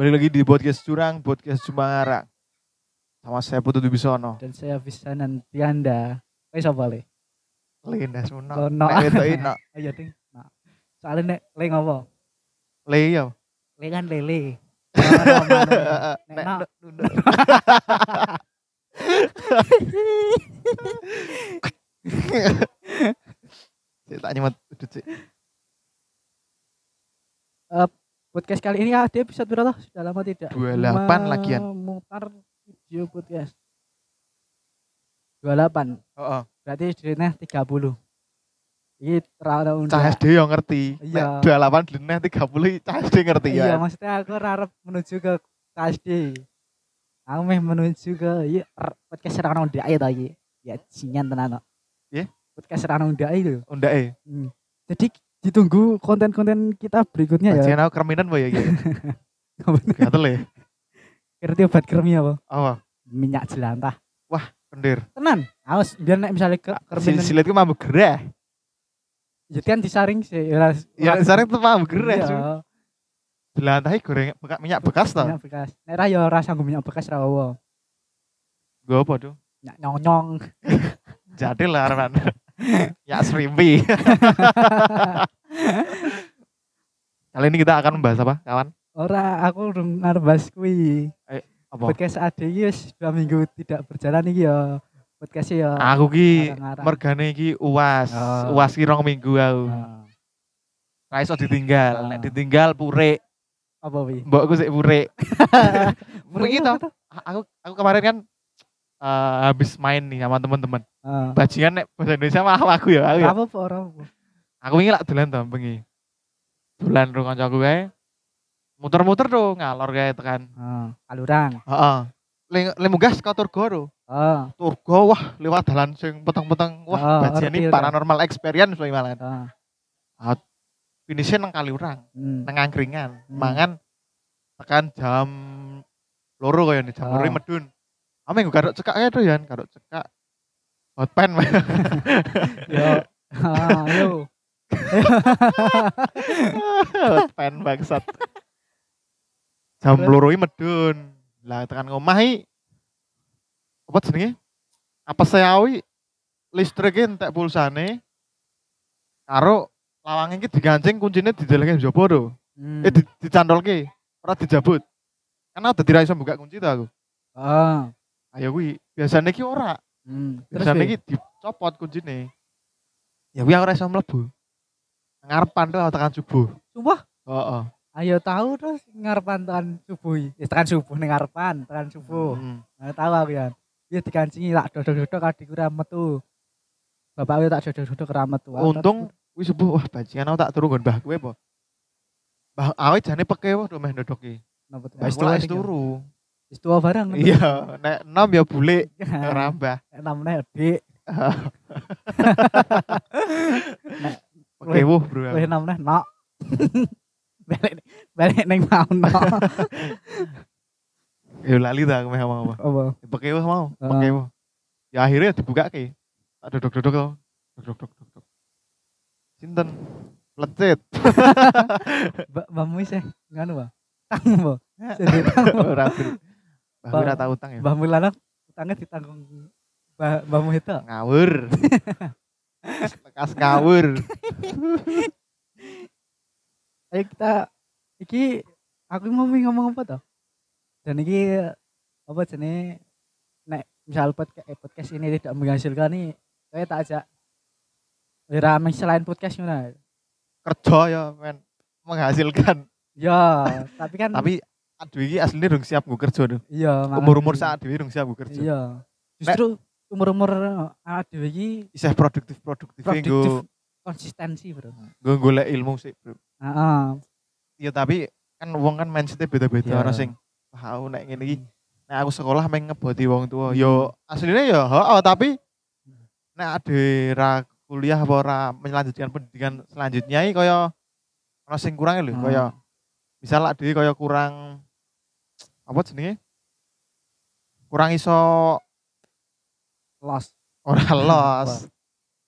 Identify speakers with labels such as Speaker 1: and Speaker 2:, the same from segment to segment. Speaker 1: Balik lagi di podcast curang, podcast cuma ngarang. Sama saya Putu Dubisono.
Speaker 2: dan saya bisa nanti anda eh sapa le
Speaker 1: Lindas Uno.
Speaker 2: Lono.
Speaker 1: Nek itu ino.
Speaker 2: ayo ding nah. soalnya nek le ngopo
Speaker 1: Le iya.
Speaker 2: le kan lele Ora manut. Nek
Speaker 1: Nek
Speaker 2: no,
Speaker 1: Sik, tak nyemet udut sik.
Speaker 2: podcast kali ini ada episode berapa sudah lama tidak
Speaker 1: 28 lagian.
Speaker 2: memutar video podcast 28
Speaker 1: Heeh.
Speaker 2: berarti jadinya 30 ini
Speaker 1: Cah
Speaker 2: terlalu undak.
Speaker 1: SD yo ngerti.
Speaker 2: Iya.
Speaker 1: Nek 28 dene 30 cah SD ngerti
Speaker 2: iya
Speaker 1: ya.
Speaker 2: maksudnya aku rarep menuju ke KSD aku meh menuju ke iya r- podcast serang undai aja tadi ya sinyan tenan no.
Speaker 1: Iya?
Speaker 2: podcast serang undai itu
Speaker 1: Undake.
Speaker 2: Hmm. jadi ditunggu konten-konten kita berikutnya ya
Speaker 1: Jangan aku kerminan boy ya. iki. Gatel ya.
Speaker 2: ngerti obat kremi apa
Speaker 1: Apa?
Speaker 2: minyak jelantah
Speaker 1: Kendir.
Speaker 2: tenan awas biar nek misalnya ke
Speaker 1: Si
Speaker 2: kremi
Speaker 1: silet ku mabuk gerah.
Speaker 2: jadi kan disaring sih ya
Speaker 1: Ya sering tuh mabuk gerah.
Speaker 2: Iya,
Speaker 1: cuy. Dilantahi goreng bekas minyak bekas toh.
Speaker 2: minyak bekas nek ra ya ora sanggup minyak bekas ra apa
Speaker 1: Gue apa tuh?
Speaker 2: minyak nyong-nyong
Speaker 1: Jadi lah Arman. ya serimpi. Kali ini kita akan membahas apa, kawan?
Speaker 2: ora aku urung arep bahas kuwi
Speaker 1: Apa?
Speaker 2: podcast ade iki wis dua minggu tidak berjalan iki ya podcast ya
Speaker 1: Aku ki
Speaker 2: ngarang-ngarang.
Speaker 1: mergane ki uas,
Speaker 2: Ah.
Speaker 1: uas ki rong minggu aku.
Speaker 2: Ah,
Speaker 1: Ra iso ditinggal,
Speaker 2: Ah.
Speaker 1: nek ditinggal pure.
Speaker 2: apa wi
Speaker 1: Mbokku sik pure. pure ki toh. A- Aku aku kemarin kan eh, habis main nih sama teman-teman.
Speaker 2: Ah,
Speaker 1: Bajingan nek bahasa Indonesia mah aku ya, aku ya.
Speaker 2: apa apa ora apa
Speaker 1: aku ini lak dolan to bengi dolan ro kancaku kae muter-muter tuh ngalor kae tekan
Speaker 2: Ah, alurang
Speaker 1: heeh le le munggah saka Turgo ro
Speaker 2: ah
Speaker 1: Turgo wah lewat dalan sing peteng-peteng
Speaker 2: Ah,
Speaker 1: wah bajian ini
Speaker 2: ngerti,
Speaker 1: paranormal experience wae malan
Speaker 2: ah
Speaker 1: finishnya nang Kaliurang
Speaker 2: hmm.
Speaker 1: nang angkringan
Speaker 2: Hmm.
Speaker 1: mangan tekan jam loro kaya nih jam
Speaker 2: Ah.
Speaker 1: loro ini medun ame nggo kadok cekak kae tuh ya kadok cekak hot pen
Speaker 2: yo ah yo
Speaker 1: hot pen bangsat jam
Speaker 2: Terus?
Speaker 1: loro ini medun lah tekan ngomah iki apa jenenge apa seawi listriknya entek pulsane karo lawang iki digancing kuncinya didelengke njaba lho
Speaker 2: Hmm.
Speaker 1: eh di, dicantolke ora dijabut karena ada tidak iso buka kunci tuh aku
Speaker 2: ah
Speaker 1: ayo kuwi biasanya ki ora
Speaker 2: hmm. terus
Speaker 1: biasanya
Speaker 2: wi?
Speaker 1: ki dicopot kuncine ya kuwi aku ora iso mlebu ngarepan tuh tekan subuh
Speaker 2: Sumpah?
Speaker 1: heeh
Speaker 2: ayo tahu terus ngarepan tekan subuh iki. eh, tekan subuh ning ngarepan tekan subuh
Speaker 1: Hmm.
Speaker 2: nah, tahu aku ya dia dikancingi tak dodok-dodok adik ora metu bapak wi tak dodok-dodok ora metu Aku tak
Speaker 1: Untung wis subuh wah bajingan aku tak turu nggon mbah kowe apa. Mbah awe jane peke wae meh ndodoki.
Speaker 2: Napa tuh?
Speaker 1: Wis
Speaker 2: Aku
Speaker 1: turu.
Speaker 2: lagi ya.
Speaker 1: turu.
Speaker 2: Wis tua Nah, barang.
Speaker 1: Iya, nek enam ya bule
Speaker 2: Ram.
Speaker 1: rambah.
Speaker 2: Namanya Dik.
Speaker 1: Peke wuh bro.
Speaker 2: Kowe namanya Nok. Balik balik ning mau Nok.
Speaker 1: Ya lali ta aku meh mau apa.
Speaker 2: Apa?
Speaker 1: Peke wuh mau,
Speaker 2: Heeh.
Speaker 1: peke wuh. Ya akhirnya dibukake. Tak dodok-dodok to. Dodok-dodok. dodok. Sinten? Lecet.
Speaker 2: Mbak Mbakmu sih nganu, Mbak. Tamu, Mbak. Jadi tamu.
Speaker 1: Ora bro. Mbah kowe
Speaker 2: Ba-
Speaker 1: ora tau utang ya.
Speaker 2: Mbakmu lanang utangnya ditanggung Mbak Mbakmu itu.
Speaker 1: Ngawur. Lekas ngawur.
Speaker 2: Ayo kita iki aku mau ngomong apa toh? Dan iki apa jenis nek misal podcast, eh, podcast ini tidak menghasilkan nih, saya tak ajak Rame selain podcast mana?
Speaker 1: Kerja ya men menghasilkan
Speaker 2: Ya, tapi kan
Speaker 1: tapi aduh iki aslinya dong siap gue kerja dong
Speaker 2: iya makanya.
Speaker 1: umur umur saat dewi dong siap gue kerja
Speaker 2: Iya. Justru umur-umur awak dhewe iki
Speaker 1: isih produktif produktif gue
Speaker 2: produktif konsistensi, Bro.
Speaker 1: gue golek ilmu sih bro
Speaker 2: Heeh.
Speaker 1: ya tapi kan wong kan mindsetnya beda beda
Speaker 2: Iya. Hmm.
Speaker 1: orang sing wah aku nek ngene iki nek aku sekolah main ngeboti wong tua yo aslinya ya oh, tapi nek ada ra kuliah apa ora melanjutkan pendidikan selanjutnya iki kaya ono sing kurang lho
Speaker 2: Hmm.
Speaker 1: kaya misal lak dhewe kaya kurang apa jenenge kurang iso
Speaker 2: Lost.
Speaker 1: ora
Speaker 2: Wah.
Speaker 1: los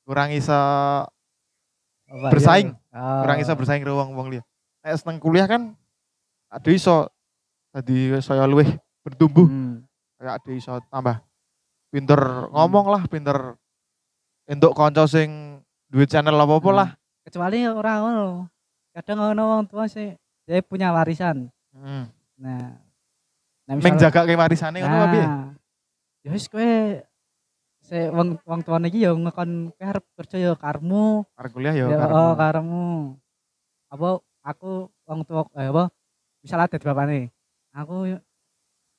Speaker 1: kurang iso
Speaker 2: Apa,
Speaker 1: Bersaing.
Speaker 2: iya, Bro. Ah.
Speaker 1: kurang iso bersaing karo wong-wong liya nek seneng kuliah kan aduh iso Jadi saya luwih bertumbuh
Speaker 2: Hmm.
Speaker 1: kayak ade iso tambah pinter ngomong lah, pinter entuk kanca sing duwe channel apa-apa lah.
Speaker 2: Kecuali orang ngono. Kadang ngono wong tua sih dia punya warisan.
Speaker 1: Heeh.
Speaker 2: Nah. Nah,
Speaker 1: Meng jaga warisane ngono apa piye?
Speaker 2: Nah, ya wis kowe se wong wong tuane iki ya ngekon kowe arep kerja ya karmu,
Speaker 1: Arek kuliah ya.
Speaker 2: ya
Speaker 1: karep
Speaker 2: oh,
Speaker 1: ngono.
Speaker 2: karmu. Apa aku wong tua eh, apa misal adat bapane. Aku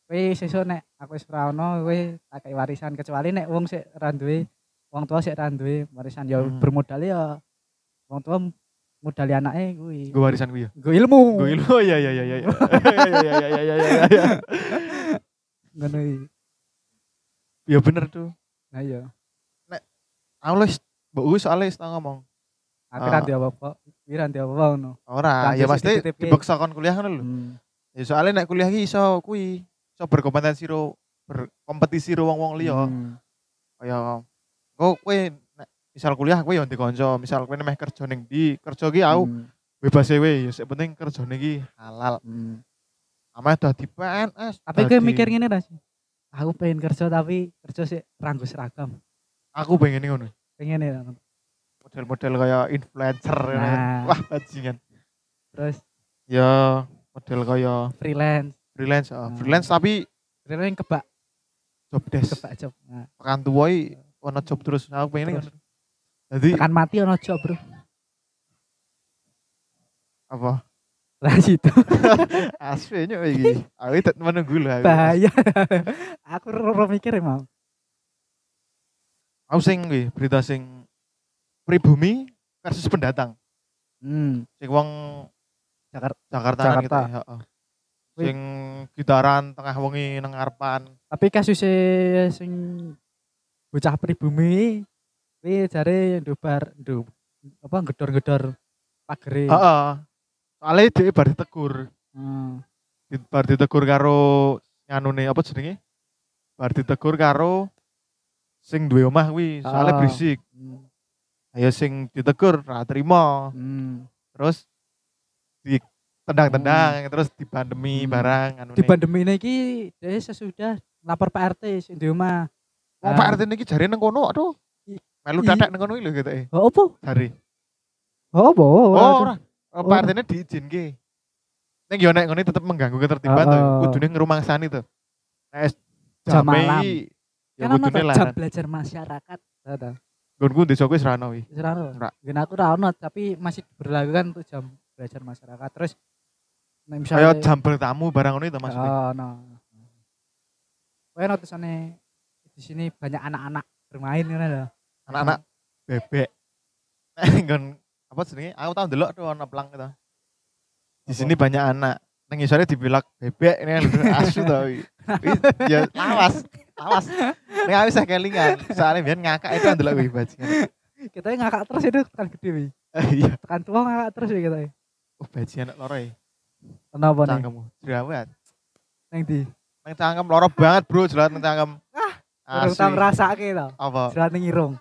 Speaker 2: kowe sesuk nek aku wis ora ono kowe tak kei warisan kecuali nek wong sik ra duwe wong tua sik ra duwe warisan ya
Speaker 1: Hmm.
Speaker 2: bermodal ya wong tua modali anake kuwi.
Speaker 1: Nggo warisan kuwi ya.
Speaker 2: Nggo ilmu.
Speaker 1: Nggo ilmu ya ya ya ya ya. Ya ya ya ya ya, ya.
Speaker 2: Ngono iki.
Speaker 1: Ya bener tuh.
Speaker 2: Nah iya.
Speaker 1: Aku wis mbok Uus soalnya wis tau ngomong.
Speaker 2: Aku ra
Speaker 1: Ah.
Speaker 2: duwe apa-apa. Kuwi ra duwe apa-apa ngono.
Speaker 1: Ora,
Speaker 2: Jangan
Speaker 1: ya
Speaker 2: sih
Speaker 1: pasti
Speaker 2: dititipke.
Speaker 1: dibeksa kon kuliah ngono lho.
Speaker 2: Hmm.
Speaker 1: Ya soalnya nek kuliah iki iso kuwi, iso berkompetensi ro berkompetisi ro wong-wong liya.
Speaker 2: Hmm.
Speaker 1: Kaya kok kowe nek misal kuliah kowe yo ndek kanca, misal kowe nemeh kerja ning ndi, kerja ki aku
Speaker 2: Hmm.
Speaker 1: bebas kowe, ya sing penting kerjane iki halal.
Speaker 2: Hmm.
Speaker 1: Ameh dadi PNS.
Speaker 2: Tapi gue
Speaker 1: dadi-
Speaker 2: mikir gini dah sih. Aku pengen kerja tapi kerja sih ranggo seragam.
Speaker 1: aku pengen ngono.
Speaker 2: Pengen ya. Ron.
Speaker 1: Model-model kaya influencer ngono.
Speaker 2: Nah.
Speaker 1: Wah, bajingan.
Speaker 2: Terus
Speaker 1: Ya model kaya
Speaker 2: freelance.
Speaker 1: freelance, ah.
Speaker 2: Nah.
Speaker 1: freelance tapi
Speaker 2: Freelance kebak
Speaker 1: job desk.
Speaker 2: kebak job. Nah,
Speaker 1: Pekan tuwa iki ono job terus aku pengen
Speaker 2: Terus.
Speaker 1: ngono. Jadi
Speaker 2: tekan mati ono job, Bro.
Speaker 1: apa?
Speaker 2: Lah situ
Speaker 1: Aslinya iki. Aku tetep menunggu lho. aku.
Speaker 2: bahaya. aku roro mikir ya, Mam.
Speaker 1: Aku sing kuwi berita sing pribumi versus pendatang.
Speaker 2: Hmm.
Speaker 1: Sing wong
Speaker 2: Jakar-
Speaker 1: Jakarta
Speaker 2: Jakarta. Wih.
Speaker 1: Sing gitaran tengah wengi nang ngarepan.
Speaker 2: Tapi kasus sing bocah pribumi kuwi jare ndobar ndo apa gedor-gedor pagere.
Speaker 1: Heeh. Soale dhek bar ditegur,
Speaker 2: Hmm.
Speaker 1: Di- bar ditegur karo nganune apa jenenge? Bar ditegur karo sing duwe omah kuwi, soalnya
Speaker 2: Ah.
Speaker 1: berisik.
Speaker 2: Hmm.
Speaker 1: Ayo sing ditegur ra trimo.
Speaker 2: Hmm.
Speaker 1: Terus ditendang-tendang terus dibandemi
Speaker 2: Hmm.
Speaker 1: barang anu anune.
Speaker 2: di pandemi ini ki dia sesudah lapor Pak RT sing di rumah.
Speaker 1: Wong Oh, Pak RT niki jare nang kono aduh.
Speaker 2: Ah. I-
Speaker 1: Melu
Speaker 2: i-
Speaker 1: dadak nang kono iki lho ketoke.
Speaker 2: Oh opo?
Speaker 1: Jare.
Speaker 2: Oh opo?
Speaker 1: Oh ora. Oh, Pak
Speaker 2: Ora.
Speaker 1: RT-ne diizinke. Ning yo nek ngene tetep mengganggu ketertiban
Speaker 2: Oh,
Speaker 1: to.
Speaker 2: oh.
Speaker 1: Kudune ngrumangsani to. Nek es-
Speaker 2: Jam
Speaker 1: jame
Speaker 2: malam.
Speaker 1: iki, Ya
Speaker 2: Kan ono
Speaker 1: kudune
Speaker 2: tuh
Speaker 1: lah.
Speaker 2: jam belajar masyarakat. Ada.
Speaker 1: Gonku desa kuwi wis ra ono wi.
Speaker 2: Ora ono.
Speaker 1: Ora.
Speaker 2: Gen aku ora ono tapi masih berlakukan untuk jam belajar masyarakat. Terus nek
Speaker 1: Kaya
Speaker 2: misalnya
Speaker 1: jam bertamu barang ngono to maksudnya.
Speaker 2: Oh no. Kowe ono tusane di sini banyak anak-anak bermain ngono lho.
Speaker 1: Anak-anak bebek. Nek nggon apa jenenge? Aku tau ndelok tuh ono plang to. Di sini banyak anak. Ning isore dibilak bebek ini lho, asu to wi. Wi, Ya lawas, lawas. Ning aku isih kelingan. Soale biyen ngakak itu ndelok kuwi bajingan.
Speaker 2: Kita ngakak terus itu tekan gede wi.
Speaker 1: Iya,
Speaker 2: Tekan tua ngakak terus wi kita.
Speaker 1: oh bajingan nek loro ya.
Speaker 2: Kenapa nih?
Speaker 1: Cangkemmu. Jerawat.
Speaker 2: Neng di.
Speaker 1: Nang cangkem loro banget, Bro, jerawat nang cangkem. Ah.
Speaker 2: Urung tau ngrasake to.
Speaker 1: Apa?
Speaker 2: Jerat ning irung.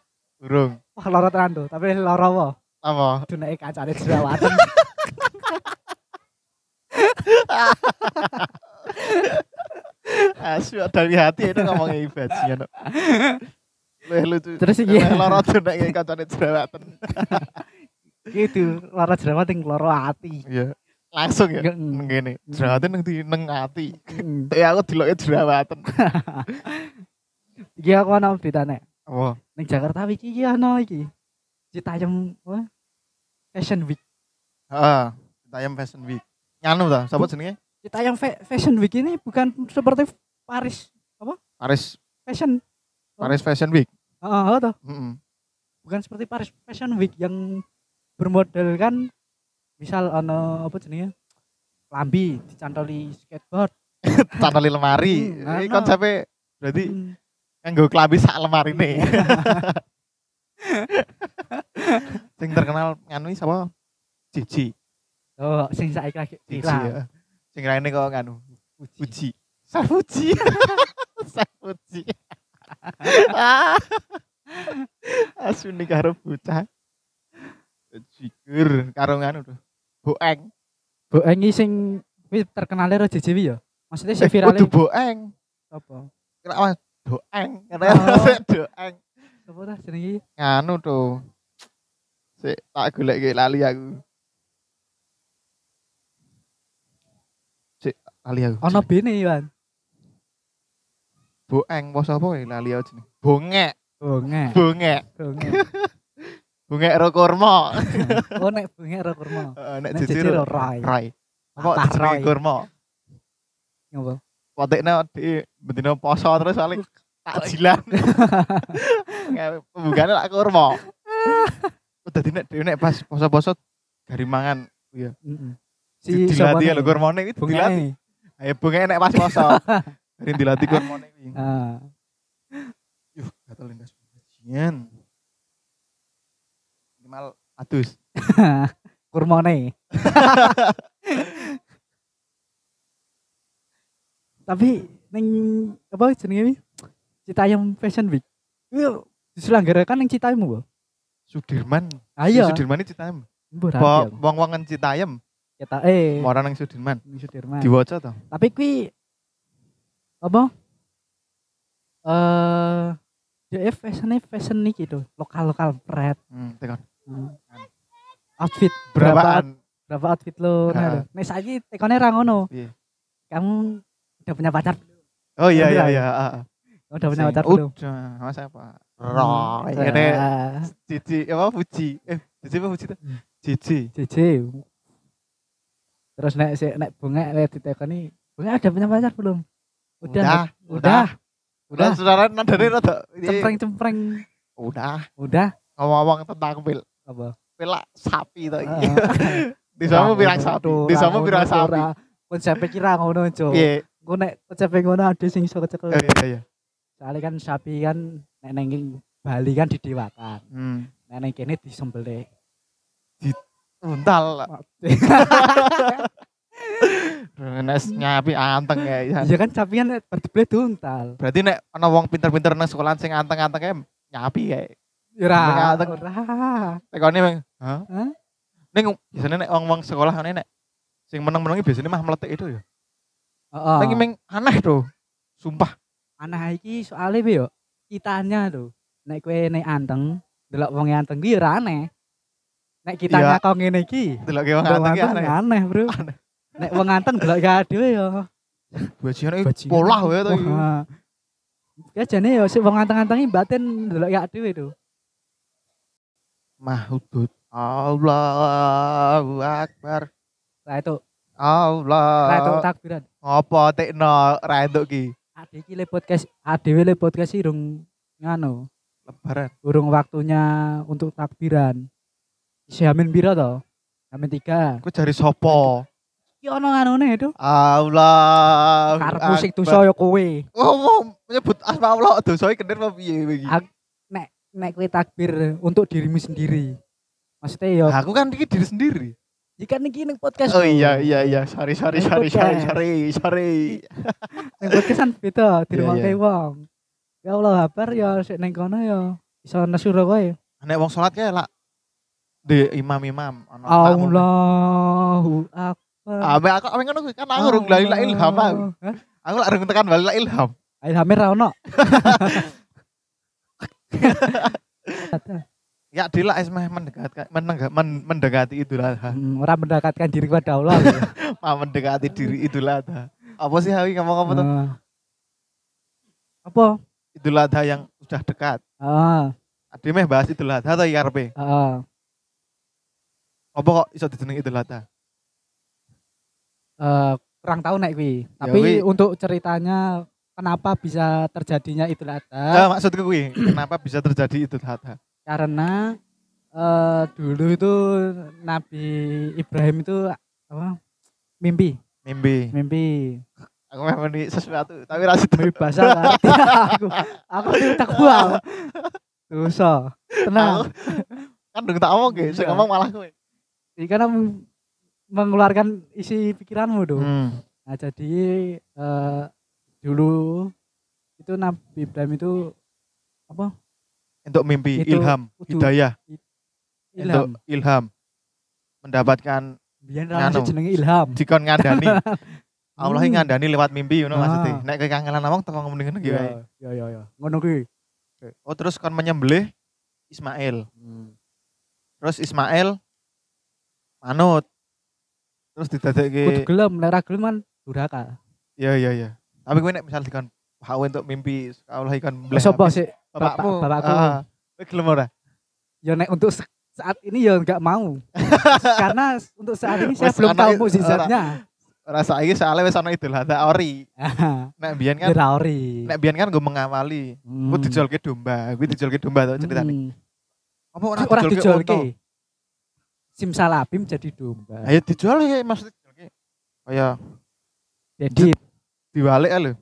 Speaker 1: Burung.
Speaker 2: Wah loro tenan tuh, tapi loro apa?
Speaker 1: Apa?
Speaker 2: Dunake kancane jerawat.
Speaker 1: Asu dari hati itu ngomong ibadnya. Leh lucu.
Speaker 2: Terus iki
Speaker 1: Leh loro tuh nek ngene kancane jerawatan.
Speaker 2: gitu, loro jerawat yang loro ati.
Speaker 1: Iya. Langsung ya.
Speaker 2: Nggak,
Speaker 1: Nang
Speaker 2: mm,
Speaker 1: ngene. Jerawatan nang di nang ati.
Speaker 2: mm.
Speaker 1: Tapi ya, aku deloknya jerawatan.
Speaker 2: Iki aku ana beritane.
Speaker 1: Apa?
Speaker 2: Ning Jakarta iki iki ana iki. Citayam apa? Fashion Week.
Speaker 1: Heeh. Tayam Fashion Week. Nganu ta, sapa jenenge?
Speaker 2: Citayam Fa- Fashion Week ini bukan seperti Paris
Speaker 1: Paris
Speaker 2: Fashion.
Speaker 1: Paris Fashion Week.
Speaker 2: Heeh, oh, toh.
Speaker 1: Heeh.
Speaker 2: Bukan seperti Paris Fashion Week yang bermodalkan misal ana apa jenenge? Lambi dicantoli skateboard.
Speaker 1: Cantoli lemari. Iki
Speaker 2: Hmm, nganu.
Speaker 1: konsepe berarti
Speaker 2: Hmm.
Speaker 1: nganggo klambi sak lemari nih sing terkenal nganu iki sapa Cici
Speaker 2: Oh, sing saiki lagi
Speaker 1: Cici
Speaker 2: viral.
Speaker 1: ya. sing lainnya kok nganu
Speaker 2: Uji.
Speaker 1: Uji Safuji Safuji asu nih karo bocah jiger karo nganu tuh boeng
Speaker 2: Boeng iki sing wis terkenal karo JJW ya. maksudnya si
Speaker 1: Eh,
Speaker 2: viral
Speaker 1: kudu
Speaker 2: itu
Speaker 1: boeng.
Speaker 2: apa
Speaker 1: Kira mas doeng, kira
Speaker 2: Oh.
Speaker 1: doeng.
Speaker 2: apa dah jenenge
Speaker 1: Nganu tuh. Sik tak golek lali aku. Sik lali aku.
Speaker 2: ono bene Iwan
Speaker 1: boeng bos apa ya lali aku jeneng. Bongek,
Speaker 2: bongek
Speaker 1: bongek.
Speaker 2: bongek
Speaker 1: Bongek ro kurma.
Speaker 2: oh nek bongek ro kurma
Speaker 1: Heeh, Eh, nek
Speaker 2: nek
Speaker 1: jujur
Speaker 2: jujur rai
Speaker 1: rai.
Speaker 2: Patah
Speaker 1: Apa
Speaker 2: rai.
Speaker 1: jenenge kurma?
Speaker 2: ngopo
Speaker 1: Watekne di bendina poso terus paling takjilan. Nggak, Pembukaannya lak kurma. Udah dine dhewe nek pas poso-poso gari mangan
Speaker 2: Heeh.
Speaker 1: si dilatih lho
Speaker 2: kurma
Speaker 1: kurmone iki dilatih. Ayo bunga nek pas poso. Dari dilatih kurmone iki.
Speaker 2: ah
Speaker 1: Yuh, gatel lindas bajingan. Minimal adus.
Speaker 2: kurmone tapi ning apa jenenge wi Citayam Fashion Week itu diselenggarakan ning Citayam Ah, iya. apa
Speaker 1: Sudirman.
Speaker 2: ayo
Speaker 1: Sudirman iki Citayem.
Speaker 2: mbok ra ngerti aku.
Speaker 1: Wong-wongen Citayem,
Speaker 2: kita eh
Speaker 1: ora nang Sudirman.
Speaker 2: ning Sudirman
Speaker 1: Diwaca to.
Speaker 2: tapi kui apa eh dia fashionnya fashion nih gitu lokal lokal pret
Speaker 1: Hmm, tekan.
Speaker 2: outfit
Speaker 1: Berapaan?
Speaker 2: berapa outfit lo
Speaker 1: Ah.
Speaker 2: nah, nih saiki tekonnya rangono
Speaker 1: Iya.
Speaker 2: kamu udah punya pacar
Speaker 1: Oh iya iya
Speaker 2: Berapa?
Speaker 1: iya. ah, ah.
Speaker 2: udah punya
Speaker 1: Sing-
Speaker 2: pacar belum
Speaker 1: Udah, Mas apa? Roy. Ini
Speaker 2: Ah,
Speaker 1: Cici apa Fuji? Eh, Cici apa Fuji? tuh?
Speaker 2: Hmm.
Speaker 1: Cici.
Speaker 2: Jj terus nek si nek bunga lihat di tekoni bunga udah punya pacar belum udah
Speaker 1: udah. Udah,
Speaker 2: Udah.
Speaker 1: saudara nadane rada ini-
Speaker 2: cempreng cempreng
Speaker 1: Udah,
Speaker 2: udah
Speaker 1: ngomong-ngomong tentang pil.
Speaker 2: apa
Speaker 1: Pilak sapi to iki.
Speaker 2: Ah.
Speaker 1: Iya. Di sana pirang sapi, di sana pirang sapi.
Speaker 2: Konsepnya kira ngono jo.
Speaker 1: Piye?
Speaker 2: Gue nek konsepnya ngono ada sing iso kecekel.
Speaker 1: Eh, Iya iya.
Speaker 2: Soalnya kan sapi kan nek neng Bali kan didewakan.
Speaker 1: Hmm.
Speaker 2: Nek neng kene Nah, disembelih.
Speaker 1: Untal. Nes nyapi anteng ya. iya.
Speaker 2: Iya kan sapi kan berdebelah duntal.
Speaker 1: Berarti nek ana wong pinter-pinter nang sekolah sing anteng-anteng kayak nyapi kayak. Ya
Speaker 2: Ora.
Speaker 1: Neng-
Speaker 2: Ora.
Speaker 1: Tekone meng. Hah?
Speaker 2: Hah?
Speaker 1: Ning biasanya nek wong-wong sekolah ngene nek sing meneng-menengi biasanya mah meletik itu ya.
Speaker 2: Heeh.
Speaker 1: Tapi meng aneh tuh. Sumpah.
Speaker 2: Anah iki soalnya piye yo? Kitanya lho. Nek kowe nek anteng, delok wong yang anteng ki ora aneh. Nek
Speaker 1: Iya.
Speaker 2: kitanya kok ngene iki,
Speaker 1: Delok ge wong
Speaker 2: wong
Speaker 1: anteng ki
Speaker 2: anteng
Speaker 1: aneh.
Speaker 2: aneh, Bro.
Speaker 1: Aneh.
Speaker 2: Nek wong anteng delok gak dhewe yo.
Speaker 1: Bajingan iki
Speaker 2: Bajingan.
Speaker 1: polah wae to iki.
Speaker 2: Wah. Ya jane ya sik wong anteng-antengi batin ndelok ya dhewe to.
Speaker 1: Mahudud. Allahu Akbar.
Speaker 2: Lah itu, lah itu
Speaker 1: Allah.
Speaker 2: takbiran.
Speaker 1: Apa tekno ra entuk ki?
Speaker 2: Ade iki le podcast, adewe le podcast irung ngano,
Speaker 1: Lebaran.
Speaker 2: urung waktunya untuk takbiran. Si Hamin piro to? Hamin 3.
Speaker 1: Ku jari sapa?
Speaker 2: Ki ono nganone itu.
Speaker 1: Allah.
Speaker 2: Karep musik dosa ya kowe.
Speaker 1: Oh, mau menyebut asma Allah dosa iki kendir apa piye kowe iki?
Speaker 2: Aku- Nek kowe takbir untuk dirimu sendiri. Maksudnya ya, yo,
Speaker 1: Aku kan iki diri sendiri.
Speaker 2: jika niki ning podcast.
Speaker 1: Oh
Speaker 2: lho.
Speaker 1: iya iya iya, sorry sorry
Speaker 2: Aku
Speaker 1: sorry sorry
Speaker 2: tes.
Speaker 1: sorry sorry.
Speaker 2: Ning podcast kan beda, dirungokne
Speaker 1: iya.
Speaker 2: wong. Ya Allah habar ya sik ning kono ya iso nesu kowe. ya?
Speaker 1: Nek wong salat kae lak di imam-imam ono makmum.
Speaker 2: Allahu Akbar.
Speaker 1: Ah, aku aku ngono kuwi, kan aku urung la ilaha ilham. aku.
Speaker 2: Hah?
Speaker 1: Aku lak urung tekan la ilaha ilham.
Speaker 2: Ilhamnya ra ono.
Speaker 1: Ya dilak es meh mendekati menengga- men- mendekati Idul Adha.
Speaker 2: Hmm, Ora mendekatkan diri kepada Allah. gitu.
Speaker 1: Ah, mendekati diri Idul Adha. Apa sih Hawi kamu kamu tuh?
Speaker 2: Ah. Apa?
Speaker 1: Idul Adha yang sudah dekat.
Speaker 2: Heeh.
Speaker 1: Ade meh bahas Idul Adha atau IRP?
Speaker 2: Heeh.
Speaker 1: Apa kok iso dijeneng Idul Adha?
Speaker 2: Eh, kurang tahu nek kuwi. Tapi
Speaker 1: Ya kuwi-
Speaker 2: untuk ceritanya kenapa bisa terjadinya Idul
Speaker 1: Eh,
Speaker 2: Adha?
Speaker 1: maksudku kuwi, kenapa bisa terjadi Idul Adha?
Speaker 2: Karena eh, dulu itu Nabi Ibrahim itu apa? Mimpi,
Speaker 1: Mimpi.
Speaker 2: mimpi
Speaker 1: Aku meh meni sesuatu, tapi rasa
Speaker 2: Demi bahasa nggak ngerti aku. Aku tuh tak buang.
Speaker 1: Aku-
Speaker 2: Dosa. Tenang.
Speaker 1: kan dong tak omong ge, sing
Speaker 2: Iya.
Speaker 1: ngomong malah kowe.
Speaker 2: Ini karena meng- mengeluarkan isi pikiranmu tuh.
Speaker 1: Hmm.
Speaker 2: Nah, jadi eh, dulu itu Nabi Ibrahim itu apa?
Speaker 1: Untuk mimpi,
Speaker 2: Itu
Speaker 1: ilham,
Speaker 2: kudu
Speaker 1: hidayah,
Speaker 2: Ilham.
Speaker 1: untuk ilham. Mendapatkan
Speaker 2: Biyen ra masuk
Speaker 1: nganu.
Speaker 2: jenenge Ilham.
Speaker 1: dikon ngandani. Allah
Speaker 2: Hmm.
Speaker 1: ngandani lewat mimpi ngono
Speaker 2: Ah.
Speaker 1: maksudnya. Nek kekangelan wong teko ngomong ngono iki wae.
Speaker 2: Iya, iya, iya, iya. Ngono kuwi. Iya.
Speaker 1: Oh terus kon menyembelih Ismail.
Speaker 2: Hmm.
Speaker 1: Terus Ismail manut. Terus
Speaker 2: Kudu
Speaker 1: didadekke
Speaker 2: gelem, lek ra gelem kan durhaka.
Speaker 1: ya ya ya. Tapi kowe nek misal dikon hak untuk mimpi Allah ikan
Speaker 2: Wis sapa sih?
Speaker 1: Bapakmu.
Speaker 2: Bapak- bapakku.
Speaker 1: Ah. Kowe gelem ora?
Speaker 2: Ya nek untuk se- saat ini ya enggak mau. Karena untuk saat ini
Speaker 1: Wes,
Speaker 2: saya belum
Speaker 1: anak-
Speaker 2: tahu mukjizatnya.
Speaker 1: Ora saiki soalnya wis ana Idul Adha ori. Nek biyen kan
Speaker 2: Ya ra ori.
Speaker 1: nek biyen kan gue mengawali.
Speaker 2: Hmm.
Speaker 1: Gue dijolke domba, gue dijolke domba tau ceritane.
Speaker 2: Hmm.
Speaker 1: Apa ora
Speaker 2: Orang
Speaker 1: unta?
Speaker 2: dijolke. Simsalabim jadi domba.
Speaker 1: Ayo dijual ya maksudnya dijolke. Kayak
Speaker 2: Jadi
Speaker 1: diwalik ae lho.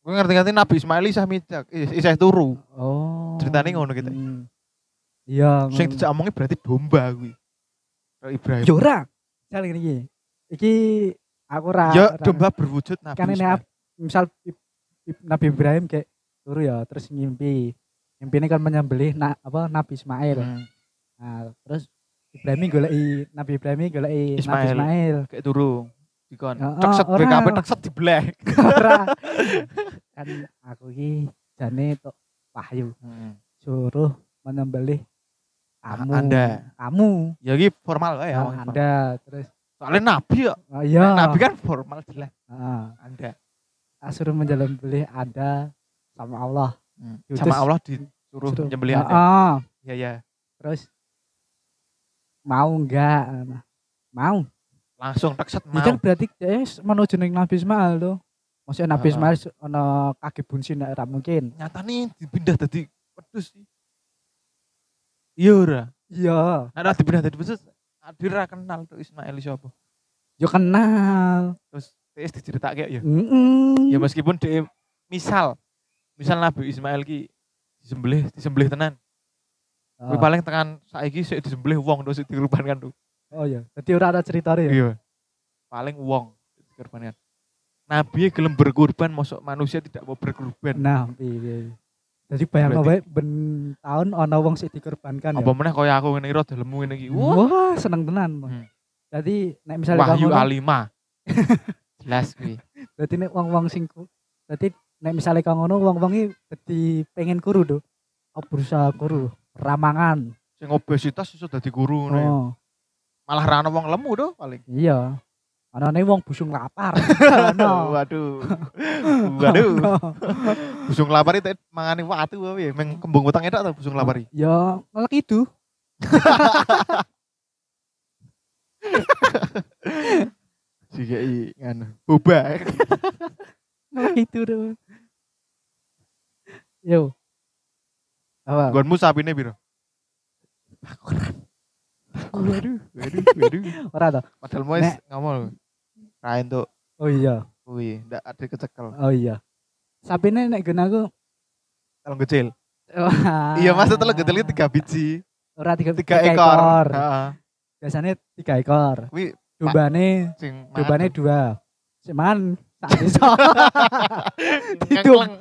Speaker 1: Gue ngerti-ngerti Nabi Ismail isih mijak, is- isih turu.
Speaker 2: oh.
Speaker 1: Ceritanya ngono gitu.
Speaker 2: Hmm. Iya.
Speaker 1: Sing
Speaker 2: ngono.
Speaker 1: dijak omongi berarti domba kuwi. Kalau Ibrahim.
Speaker 2: Ya ora. Misal ngene iki. Iki aku ra.
Speaker 1: Ya
Speaker 2: ra-
Speaker 1: domba berwujud Nabi
Speaker 2: Kan ini
Speaker 1: Ismail.
Speaker 2: misal Ib- Ib- Nabi Ibrahim kayak turu ya terus ngimpi. Ngimpi ini kan menyembelih na, apa Nabi Ismail.
Speaker 1: Hmm,
Speaker 2: Nah, terus Ibrahim goleki Nabi Ibrahim goleki Nabi
Speaker 1: Ismail.
Speaker 2: Ismail.
Speaker 1: Kayak turu. Dikon.
Speaker 2: Ya,
Speaker 1: Tek set
Speaker 2: ora.
Speaker 1: BKP tek set diblek.
Speaker 2: Ora. kan aku iki jane tok wahyu suruh menyembelih kamu.
Speaker 1: Anda.
Speaker 2: Kamu.
Speaker 1: Ya iki formal wae ya.
Speaker 2: Nah,
Speaker 1: omongi formal.
Speaker 2: anda terus
Speaker 1: Soalnya Nabi ya.
Speaker 2: oh, iya. Ah.
Speaker 1: Nabi kan formal jelas.
Speaker 2: Heeh.
Speaker 1: Anda.
Speaker 2: Tak Ah, suruh menyembelih Anda sama Allah.
Speaker 1: Hmm.
Speaker 2: Diutus.
Speaker 1: Sama Allah disuruh
Speaker 2: Suruh- ah.
Speaker 1: menyembelih
Speaker 2: Heeh.
Speaker 1: Anda. Ya ya.
Speaker 2: terus mau enggak mau
Speaker 1: Langsung tek set
Speaker 2: itu
Speaker 1: mau.
Speaker 2: berarti dia s- menuju ning Nabi Ismail tuh maksudnya Nabi
Speaker 1: Ah.
Speaker 2: Ismail s- ono kaki bunsi nek ra mungkin
Speaker 1: Nyata nih dipindah dadi wedhus sih. Iya ora.
Speaker 2: iya
Speaker 1: Nek ora dipindah dadi wedhus, Adir ra kenal tuh Ismail siapa.
Speaker 2: yo kenal
Speaker 1: Terus TS diceritake ya.
Speaker 2: mm
Speaker 1: Ya meskipun dia misal misal Nabi Ismail ki disembelih, disembelih tenan. Kuwi
Speaker 2: oh,
Speaker 1: paling tekan saiki sik disembelih wong terus dikorbankan tuh.
Speaker 2: oh iya jadi ora ada ceritanya ya
Speaker 1: Iya. Paling wong dikorbankan. Nabi e gelem berkorban, mosok manusia tidak mau berkorban.
Speaker 2: nah piye jadi bayang
Speaker 1: Berarti-
Speaker 2: wae ben tahun ono wong sing dikorbankan ya
Speaker 1: Apa meneh kaya aku ngene ira delemu ngene iki. Wah,
Speaker 2: wah seneng tenan
Speaker 1: Hmm.
Speaker 2: jadi nek misalnya
Speaker 1: Wahyu
Speaker 2: kamu- kan?
Speaker 1: A5. Jelas kuwi.
Speaker 2: Dadi nek wong-wong sing ku- dadi nek misale kang ngono wong-wong iki dadi pengen kuru do. Oh, berusaha kuru, ramangan.
Speaker 1: Sing obesitas iso dadi guru ngono ya.
Speaker 2: Oh,
Speaker 1: Malah ra ana wong lemu tuh paling.
Speaker 2: iya. Anane wong busung lapar. Ono.
Speaker 1: Waduh. Waduh. busung lapar itu mangani watu apa ya meng kembung utang itu atau busung lapar iki?
Speaker 2: Ya, ngelek itu.
Speaker 1: jika i nganu boba
Speaker 2: Ngelek itu. do. Yo. Apa?
Speaker 1: gonmu sapine piro waduh waduh waduh
Speaker 2: Ora to?
Speaker 1: padahal mau es
Speaker 2: Nek.
Speaker 1: ngomong rain tuh
Speaker 2: Oh iya.
Speaker 1: kuwi ndak ada kecekel
Speaker 2: Oh iya. Sapine nek gun aku
Speaker 1: telung kecil iya masa telung kecil itu tiga biji
Speaker 2: Ora Ah. tiga,
Speaker 1: tiga ekor Heeh.
Speaker 2: Biasanya tiga ekor.
Speaker 1: kuwi
Speaker 2: Dombane
Speaker 1: sing mangan
Speaker 2: Dobane
Speaker 1: tuh.
Speaker 2: dua. Cuman tak bisa.
Speaker 1: Ngengkleng.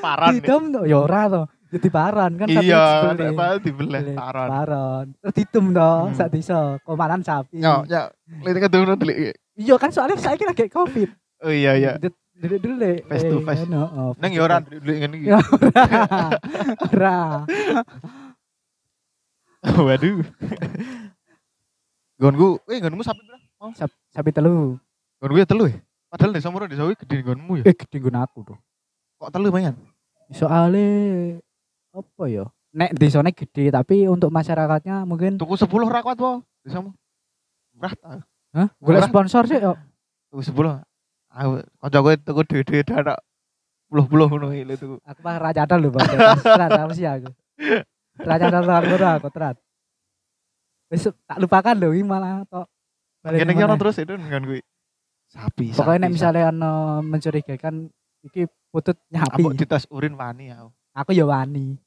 Speaker 1: paran ya.
Speaker 2: Ditum to ya ora to. Ya diparan kan tapi
Speaker 1: iya
Speaker 2: dibeli.
Speaker 1: padahal dibelah
Speaker 2: Dibeli,
Speaker 1: paran
Speaker 2: Paran. Terus ditum to
Speaker 1: Hmm.
Speaker 2: sak desa komanan sapi.
Speaker 1: yo yo lihat kedua delik
Speaker 2: Iya kan soalnya saiki lagi Covid.
Speaker 1: oh iya iya
Speaker 2: Hmm. Dulu-dulu.
Speaker 1: Face to face.
Speaker 2: oh,
Speaker 1: neng yo ora delik ngene iki
Speaker 2: Ya, ora. Ora.
Speaker 1: Waduh. Gonku, eh gonmu sapi berapa?
Speaker 2: Sap- Sapi telu.
Speaker 1: Gonku ya telu ya. Padahal desa murah desa gue gede gonmu ya.
Speaker 2: Eh gede nggon aku tuh.
Speaker 1: Kok telu banyak?
Speaker 2: Soale apa ya? Nek desane gede tapi untuk masyarakatnya mungkin
Speaker 1: Tuku sepuluh rakwat po. Desa mu. Murah ta?
Speaker 2: Hah?
Speaker 1: Murah.
Speaker 2: Golek sponsor sih yo.
Speaker 1: Tuku sepuluh. Aku kanca gue tuku duit-duit ada puluh puluh ngono iki lho tuku.
Speaker 2: aku mah rajada lho bang terat apa sih aku rajada luar kota aku terat besok tak lupakan lho ini malah tok balik
Speaker 1: Kene iki
Speaker 2: kemana. ya?
Speaker 1: ono terus itu dengan gue. Sapi.
Speaker 2: pokoknya nek
Speaker 1: sapi,
Speaker 2: misalnya ono mencurigakan iki putut
Speaker 1: sapi. Apa
Speaker 2: nyapi
Speaker 1: dites urin wani aku.
Speaker 2: aku ya wani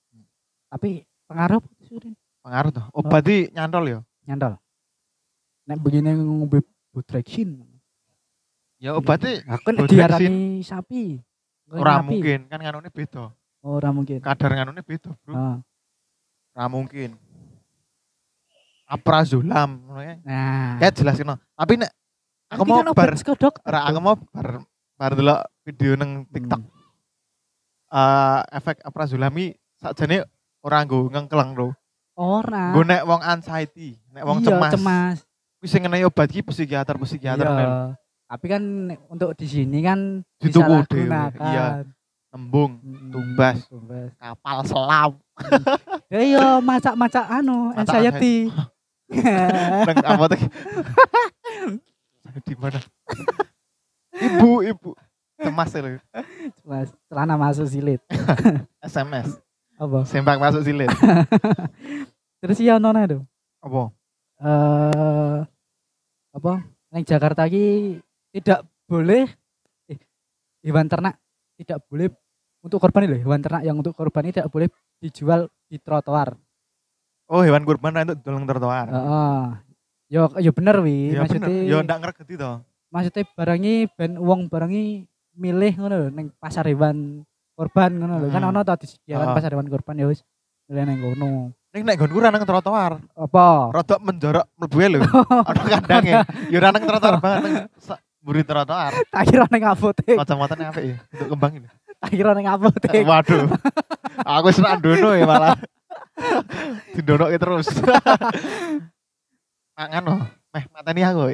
Speaker 2: tapi pengaruh putut urin
Speaker 1: Pengaruh tuh.
Speaker 2: Oh.
Speaker 1: Obat iki nyantol ya.
Speaker 2: nyantol nek begini ngombe butreksin
Speaker 1: Ya obatnya
Speaker 2: aku nek
Speaker 1: Butreksin.
Speaker 2: diarani sapi Nggak
Speaker 1: ora
Speaker 2: nyapi.
Speaker 1: mungkin kan nganone beda.
Speaker 2: ora mungkin
Speaker 1: Kadar nganone beda, Bro.
Speaker 2: Ah.
Speaker 1: Ora mungkin. Aprazolam ngono ya.
Speaker 2: nah
Speaker 1: kayak jelas kena. Tapi nek Aku mau
Speaker 2: kan
Speaker 1: bar,
Speaker 2: obat saka dokter.
Speaker 1: ra aku mau bar, bar dulu video
Speaker 2: Hmm.
Speaker 1: neng TikTok. Eh, efek aprazulami sakjane ora nggo ngengkeleng lho.
Speaker 2: Ora.
Speaker 1: Nggo nek wong anxiety, nek wong
Speaker 2: Ah. Iya,
Speaker 1: cemas. Ya,
Speaker 2: cemas.
Speaker 1: Wis sing ngenai obat iki psikiater psikiater
Speaker 2: Iya.
Speaker 1: men.
Speaker 2: Tapi kan untuk di sini kan
Speaker 1: Dituku
Speaker 2: disalahgunakan.
Speaker 1: dhewe. Iya. Embung,
Speaker 2: Mm-mm.
Speaker 1: Tumbas.
Speaker 2: Tumbas.
Speaker 1: kapal selam.
Speaker 2: Ya iya, macak-macak anu,
Speaker 1: Macak
Speaker 2: anxiety.
Speaker 1: Neng apotek. Saya Di mana? Ibu, ibu. Cemas lho.
Speaker 2: Mas, celana masuk silit.
Speaker 1: SMS.
Speaker 2: Apa?
Speaker 1: Sempak masuk silet.
Speaker 2: Terus iya ono itu.
Speaker 1: Apa?
Speaker 2: Eh apa? Neng Jakarta ki tidak boleh eh, hewan ternak tidak boleh untuk korban ini loh, hewan ternak yang untuk korban ini tidak boleh dijual di trotoar.
Speaker 1: Oh, hewan kurban ra itu dolong trotoar.
Speaker 2: Heeh. Yo yo bener wi,
Speaker 1: Ya bener.
Speaker 2: maksudnya
Speaker 1: Ya ndak ngregeti to.
Speaker 2: maksudnya barangi ben wong barangi milih ngono lho ning pasar hewan korban ngono lho. Kan
Speaker 1: Hmm.
Speaker 2: ono to
Speaker 1: Ah.
Speaker 2: disediakan pasar hewan korban ya wis milih ning kono.
Speaker 1: Ning nek gonku ra nang trotoar.
Speaker 2: Apa?
Speaker 1: Rodok menjorok mlebu ae lho. Ono kandange. Ya ra nang trotoar banget nang sa- mburi trotoar.
Speaker 2: tak kira ning apotek,
Speaker 1: Kacamata apik ya untuk kembang ini.
Speaker 2: tak kira ning apotek.
Speaker 1: Waduh. Aku wis nak dono ya malah. Didonoke terus. Mangan loh. Meh mateni aku.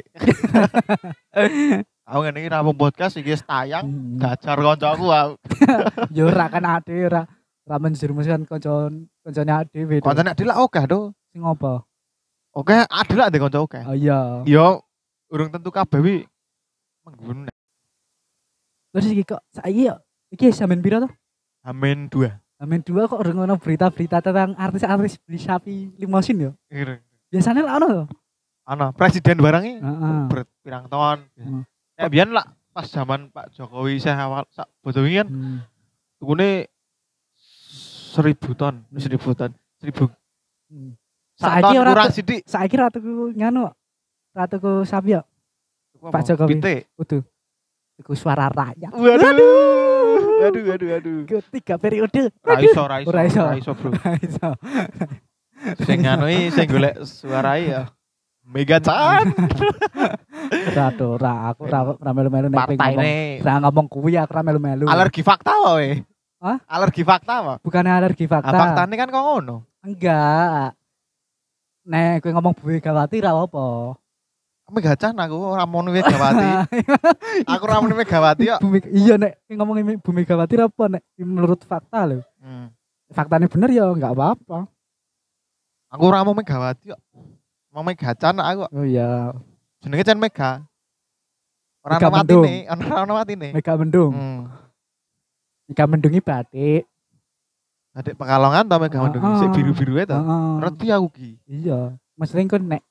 Speaker 1: aku ngene iki ra mau podcast iki wis tayang
Speaker 2: Hmm.
Speaker 1: gajar kancaku aku.
Speaker 2: Yo ora kan ade ora ora menjerumuskan kanca kancane ade beda.
Speaker 1: Kancane Adil lah oke do.
Speaker 2: sing apa?
Speaker 1: Oke, Adil lah ndek kanca oke.
Speaker 2: Oh iya.
Speaker 1: Yo urung tentu kabeh wi menggunakan
Speaker 2: Terus iki kok saiki yo iki sampean pira to?
Speaker 1: Amin 2.
Speaker 2: Sampean dua kok urung ono berita-berita tentang artis-artis beli sapi limosin yo. Biasanya lah ono to.
Speaker 1: Ana presiden barangi
Speaker 2: Heeh.
Speaker 1: ber pirang tahun.
Speaker 2: Ah. Hmm.
Speaker 1: Nek biyen lah pas zaman Pak Jokowi saya awal sak bodoh ini kan
Speaker 2: Hmm.
Speaker 1: tukune seribu ton
Speaker 2: Hmm.
Speaker 1: seribu ton seribu
Speaker 2: Hmm.
Speaker 1: sak
Speaker 2: Saiki
Speaker 1: ton
Speaker 2: ora
Speaker 1: kurang
Speaker 2: tu-
Speaker 1: sidik
Speaker 2: Saiki ratuku nganu ratuku sapi yo Pak Jokowi.
Speaker 1: Pitik.
Speaker 2: kudu iku suara rakyat.
Speaker 1: waduh aduh aduh aduh
Speaker 2: Iku tiga periode.
Speaker 1: raiso raiso
Speaker 2: Ora iso.
Speaker 1: raiso bro
Speaker 2: Iso.
Speaker 1: sing anu iki sing golek suarai ya Mega Chan
Speaker 2: Ora do, ora aku ora ora melu-melu nek kowe
Speaker 1: partai
Speaker 2: ngomong. Ora ngomong kuwi aku ora melu-melu.
Speaker 1: alergi fakta wae
Speaker 2: Hah?
Speaker 1: alergi fakta wae
Speaker 2: Bukannya alergi
Speaker 1: fakta. faktane kan kok ngono
Speaker 2: Enggak. Nek kowe ngomong Bu Megawati ra apa.
Speaker 1: Mega Chan nah, aku ora mau nuwe Megawati aku ora mau nuwe Megawati kok
Speaker 2: Bu Meg- iya nek kowe ngomong ini Bu Megawati ra apa nek menurut fakta lho.
Speaker 1: Hmm.
Speaker 2: Faktanya bener ya enggak apa-apa.
Speaker 1: aku ora mau Megawati kok mau Mega Chan aku
Speaker 2: Oh iya,
Speaker 1: jenenge Chan Mega ora
Speaker 2: Mega
Speaker 1: ana
Speaker 2: Mendung.
Speaker 1: matine ora ana matine
Speaker 2: Mega Mendung.
Speaker 1: Hmm.
Speaker 2: Mega Mendungi batik.
Speaker 1: Adik Pekalongan tau Mega Mendung
Speaker 2: Ah,
Speaker 1: sik
Speaker 2: ah.
Speaker 1: biru-biru itu.
Speaker 2: Heeh.
Speaker 1: Ngerti aku ki.
Speaker 2: Iya. Maksudnya kan nek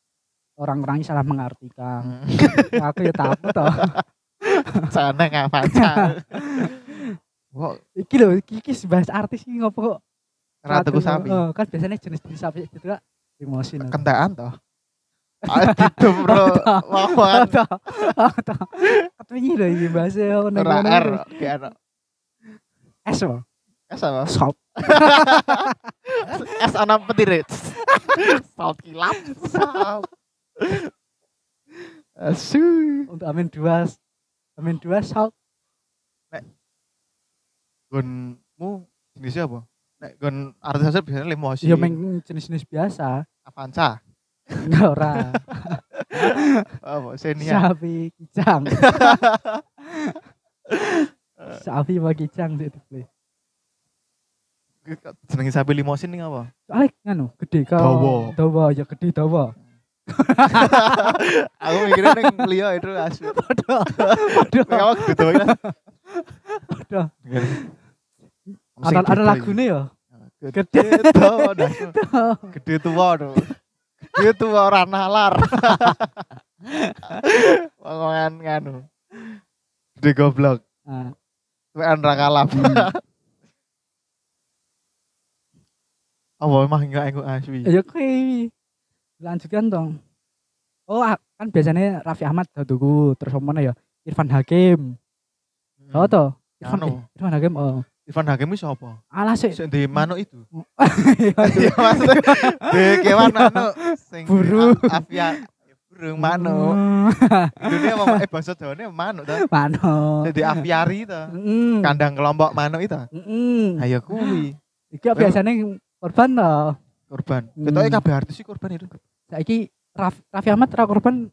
Speaker 2: orang-orang salah mengartikan.
Speaker 1: Hmm.
Speaker 2: aku ya takut toh.
Speaker 1: Seneng apa pacar. Wah,
Speaker 2: Iki lho, iki iki bahas artis iki ngopo kok.
Speaker 1: ratuku sapi.
Speaker 2: Heeh, kan biasanya jenis-jenis sapi itu kan emosi. aku.
Speaker 1: Kentekan toh. Ah, gitu bro. Wawan.
Speaker 2: Ata. Ata. Katwingi Oh, lho iki bahasa ono
Speaker 1: Ora R, ki ana.
Speaker 2: S apa?
Speaker 1: S apa?
Speaker 2: Sop.
Speaker 1: S ana petire. Salt kilap. Salt. Eh, Asu.
Speaker 2: Untuk amin 2 amin 2 sop.
Speaker 1: Gonmu jenisnya apa? Nek gon artis artis biasanya limousine.
Speaker 2: Ya meng jenis-jenis biasa.
Speaker 1: Avanza.
Speaker 2: Enggak ora.
Speaker 1: Apa? Xenia.
Speaker 2: Sapi kijang. Sapi sama kijang sih dibeli.
Speaker 1: Jenenge sapi limosin ning apa?
Speaker 2: Soalnya nganu gede kok.
Speaker 1: Dawa.
Speaker 2: Dawa ya gede dawa.
Speaker 1: aku mikirnya neng Leo itu asu.
Speaker 2: Padahal padahal
Speaker 1: Kamu gitu ya.
Speaker 2: Aduh. ada ada lagune
Speaker 1: Iya.
Speaker 2: ya.
Speaker 1: Gede tuh, gede tua tuh. Gede tua orang nalar. Ngomongan nganu. Gede goblok.
Speaker 2: Nah,
Speaker 1: Tuh Andra kalap. Apa emang enggak enggak ah, asu?
Speaker 2: ya kuwi. Lanjutkan dong. Oh, ah, kan biasanya Raffi Ahmad tuku terus omone ya Irfan Hakim. Oh
Speaker 1: Hmm.
Speaker 2: toh. Irfan,
Speaker 1: Anu.
Speaker 2: eh, Irfan Hakim oh.
Speaker 1: Irfan Hakim itu apa?
Speaker 2: Alah sih.
Speaker 1: Sing di manuk itu.
Speaker 2: Iya,
Speaker 1: Iya maksudnya di kewan anu sing
Speaker 2: Buru. Hmm.
Speaker 1: afia burung manuk. Dunia mama eh bangsa Jawane manuk ta.
Speaker 2: Manuk.
Speaker 1: Jadi aviari ta.
Speaker 2: Mm.
Speaker 1: Kandang kelompok manuk itu.
Speaker 2: Mm.
Speaker 1: Ayo kuwi
Speaker 2: Iki biasanya korban toh.
Speaker 1: korban.
Speaker 2: Hmm.
Speaker 1: Ketoke kabeh artis sih korban itu.
Speaker 2: Saiki Raf, Raffi Ahmad ra korban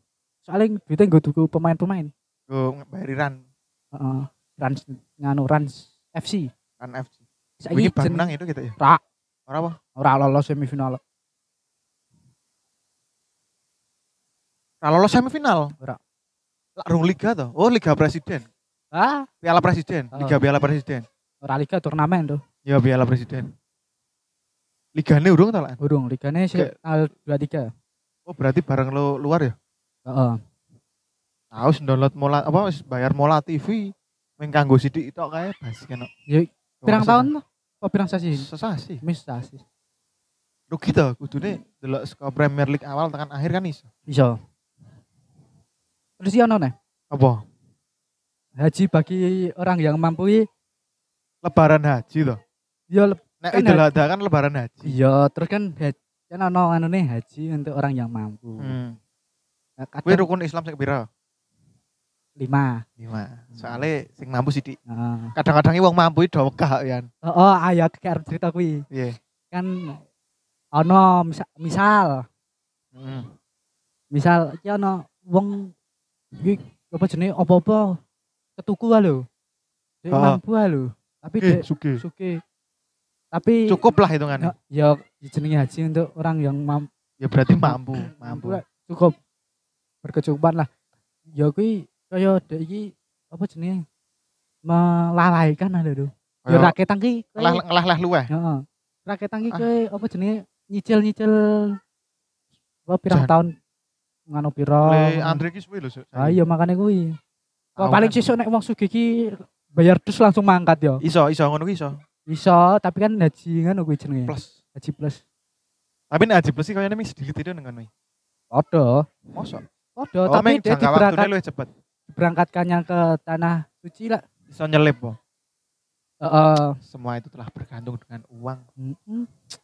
Speaker 2: soalnya duitnya gue tuku pemain-pemain.
Speaker 1: Go bayariran
Speaker 2: Heeh. Rans nganu Rans FC.
Speaker 1: kan FC. Wingi
Speaker 2: Saiki
Speaker 1: bar
Speaker 2: jeneng
Speaker 1: menang itu kita ya.
Speaker 2: Ra.
Speaker 1: Ora apa?
Speaker 2: ora lolos semifinal.
Speaker 1: Ra lolos semifinal.
Speaker 2: Ora.
Speaker 1: Lah rung liga to. Oh, Liga Presiden.
Speaker 2: Ah,
Speaker 1: Piala Presiden,
Speaker 2: Oh.
Speaker 1: Liga Piala Presiden.
Speaker 2: ora liga turnamen tuh.
Speaker 1: Ya Piala Presiden. Ligane urung ta Lan?
Speaker 2: Burung ligane sih
Speaker 1: Ke-
Speaker 2: al 23.
Speaker 1: Oh, berarti bareng lo luar ya?
Speaker 2: Heeh.
Speaker 1: Tahu Nah, wis download mola apa wis bayar mola TV. Ming kanggo sithik tok kae bas kena.
Speaker 2: Ya, Pirang tahun tuh? Apa pirang sasi?
Speaker 1: Sesasi.
Speaker 2: Mis sasi.
Speaker 1: Rugi to kudune delok saka Premier League awal tekan akhir kan iso.
Speaker 2: Bisa. Terus iya ono nih.
Speaker 1: Apa?
Speaker 2: Haji bagi orang yang mampu i,
Speaker 1: Lebaran haji to.
Speaker 2: ya leb-
Speaker 1: Nek
Speaker 2: Kan
Speaker 1: Idul Adha kan lebaran haji.
Speaker 2: iya terus kan haji kan ono anu nih haji untuk orang yang mampu.
Speaker 1: Hmm.
Speaker 2: Nah,
Speaker 1: Kuwi
Speaker 2: kadang
Speaker 1: rukun Islam sing pira?
Speaker 2: lima.
Speaker 1: Lima. Soale sing mampu sithik.
Speaker 2: Heeh.
Speaker 1: Kadang-kadang wong mampu do wegah ya.
Speaker 2: Oh, oh ayo aku arep cerita kuwi.
Speaker 1: Iya.
Speaker 2: Kan ono misa- misal
Speaker 1: Heeh.
Speaker 2: misal iki ono wong iki apa jenenge apa-apa ketuku wae lho. Dek
Speaker 1: Ah.
Speaker 2: mampu wae lho. Tapi dek
Speaker 1: sugih.
Speaker 2: suke. Tapi
Speaker 1: Cukup lah hitungannya.
Speaker 2: ya, ya jenenge haji untuk orang yang mampu,
Speaker 1: Ya berarti mampu, mampu.
Speaker 2: lah, cukup berkecukupan lah. Ya kuwi kaya dek iki apa jenenge melalaikan lah lho. Ya
Speaker 1: Kayak
Speaker 2: raketang ki. kowe-
Speaker 1: Ngelah eh. ngelah lah luweh.
Speaker 2: Heeh. Raketang iki
Speaker 1: Ah.
Speaker 2: kowe apa jenenge nyicil-nyicil apa pirang
Speaker 1: Jan-
Speaker 2: tahun ngano pira.
Speaker 1: Le Andre ki suwe lho. Suk.
Speaker 2: Oh. Ah iya makane kuwi. Wah
Speaker 1: Tauan.
Speaker 2: paling sesuk nek wong sugih iki bayar dus langsung mangkat ya.
Speaker 1: Iso, iso ngono ki iso.
Speaker 2: Iso, tapi kan haji ngono kuwi jenenge.
Speaker 1: Plus.
Speaker 2: Haji plus.
Speaker 1: Tapi nek haji plus ki kayane mesti dilit itu nang ngono.
Speaker 2: Padha.
Speaker 1: Mosok.
Speaker 2: Padha,
Speaker 1: Oh,
Speaker 2: tapi
Speaker 1: tapi
Speaker 2: dia
Speaker 1: jangka waktune
Speaker 2: diberangkat,
Speaker 1: luwih cepet.
Speaker 2: diberangkatkannya ke tanah suci lah.
Speaker 1: Iso nyelip po.
Speaker 2: Heeh.
Speaker 1: Semua itu telah bergantung dengan uang.
Speaker 2: Mm-mm.